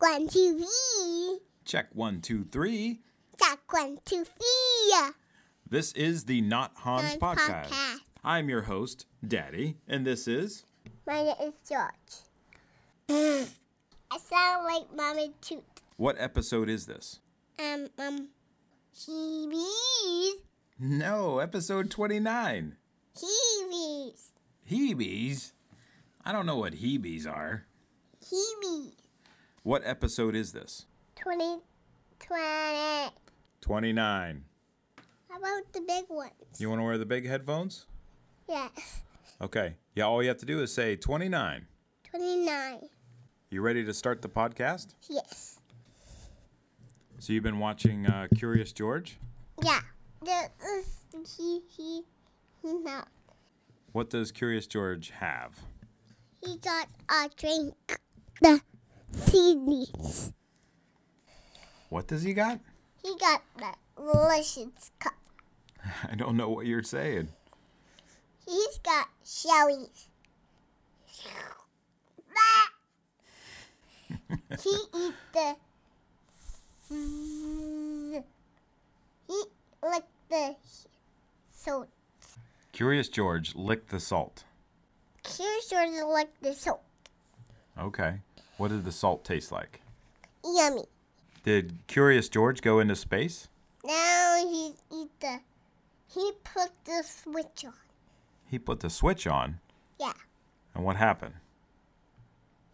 one, two, three. Check one, two, three. Check one, two, three. This is the Not Hans Hans podcast. Podcast. I'm your host, Daddy, and this is My name is George. I sound like Mommy Toot. what episode is this? Um, um, she reads. No, episode 29. She reads. Heebies? I don't know what heebies are. She reads. What episode is this? 20, 20. How 29. about the big ones? You want to wear the big headphones? Yes. Okay. Yeah, all you have to do is say 29. 29. You ready to start the podcast? Yes. So you've been watching uh, Curious George? Yeah. This is he, he, he, not. What does Curious George have? He got a drink. The seeds. What does he got? He got the delicious cup. I don't know what you're saying. He's got shellies. he eat the. He lick the salt. Curious George licked the salt. Here's sure to lick the salt. Okay. What did the salt taste like? Yummy. Did Curious George go into space? Now he eat the. He put the switch on. He put the switch on, Yeah. and what happened?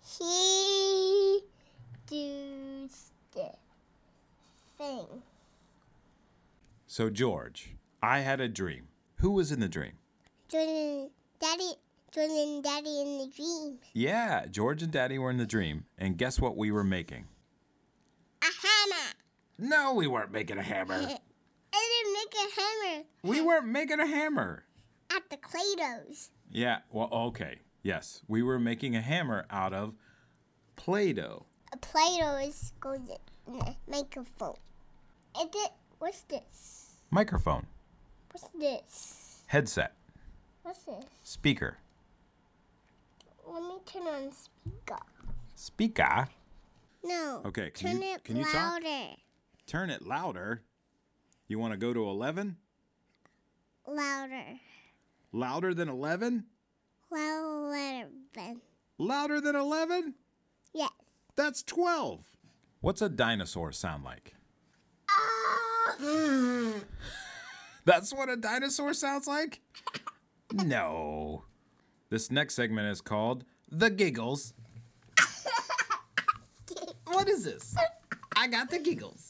He does the thing. So, George, I had a dream. Who was in the dream? Jordan, Daddy, Jordan, Daddy in the dream. Yeah, George and Daddy were in the dream, and guess what we were making? A hammer. No, we weren't making a hammer. I didn't make a hammer We weren't making a hammer. at the Play-Dohs. Yeah, well, okay. Yes, we were making a hammer out of Play Doh. A Play-Doh is going to n- make a phone. Is it? What's this? Microphone, What's this? headset, What's this? speaker. Let me turn on speaker. Speaker? No. Okay, can turn you- it can you talk? louder. Turn it louder. You want to go to 11? Louder. Louder than 11? Louder. Then. Louder than 11? Yes. That's 12. What's a dinosaur sound like? That's what a dinosaur sounds like? No. This next segment is called The Giggles. What is this? I got the giggles.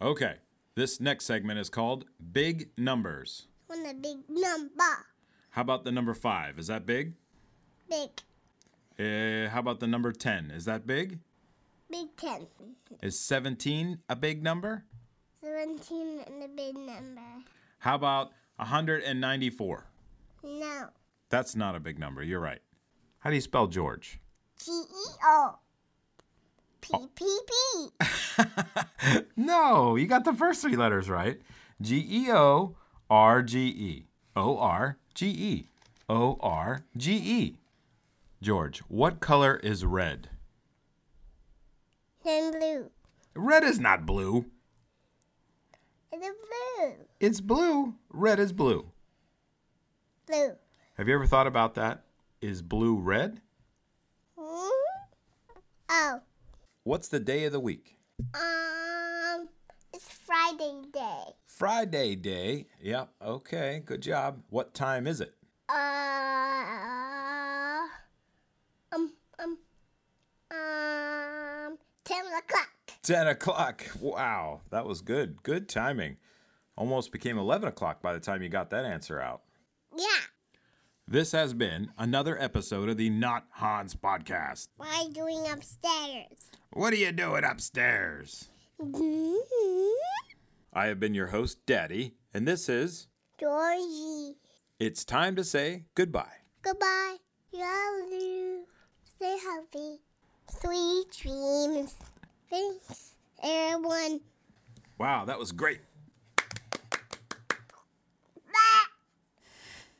Okay. This next segment is called Big Numbers. On a big number. How about the number 5? Is that big? Big. Uh, how about the number 10? Is that big? Big ten. Is 17 a big number? Seventeen and a big number. How about 194? No. That's not a big number. You're right. How do you spell George? G E O. P P P. No, you got the first three letters right. G E O R G E. O R G E. O R G E. George, what color is red? Then blue. Red is not blue. It's a blue. It's blue. Red is blue. Blue. Have you ever thought about that? Is blue red? Hmm? Oh. What's the day of the week? Um. It's Friday day. Friday day. Yep. Okay. Good job. What time is it? Uh. Um. Um. Um. Ten o'clock. 10 o'clock. Wow, that was good. Good timing. Almost became 11 o'clock by the time you got that answer out. Yeah. This has been another episode of the Not Hans podcast. Why doing upstairs? What are you doing upstairs? Mm-hmm. I have been your host, Daddy, and this is Georgie. It's Time to Say Goodbye. Goodbye. Love you. Stay healthy. Sweet dreams. Thanks, everyone. Wow, that was great.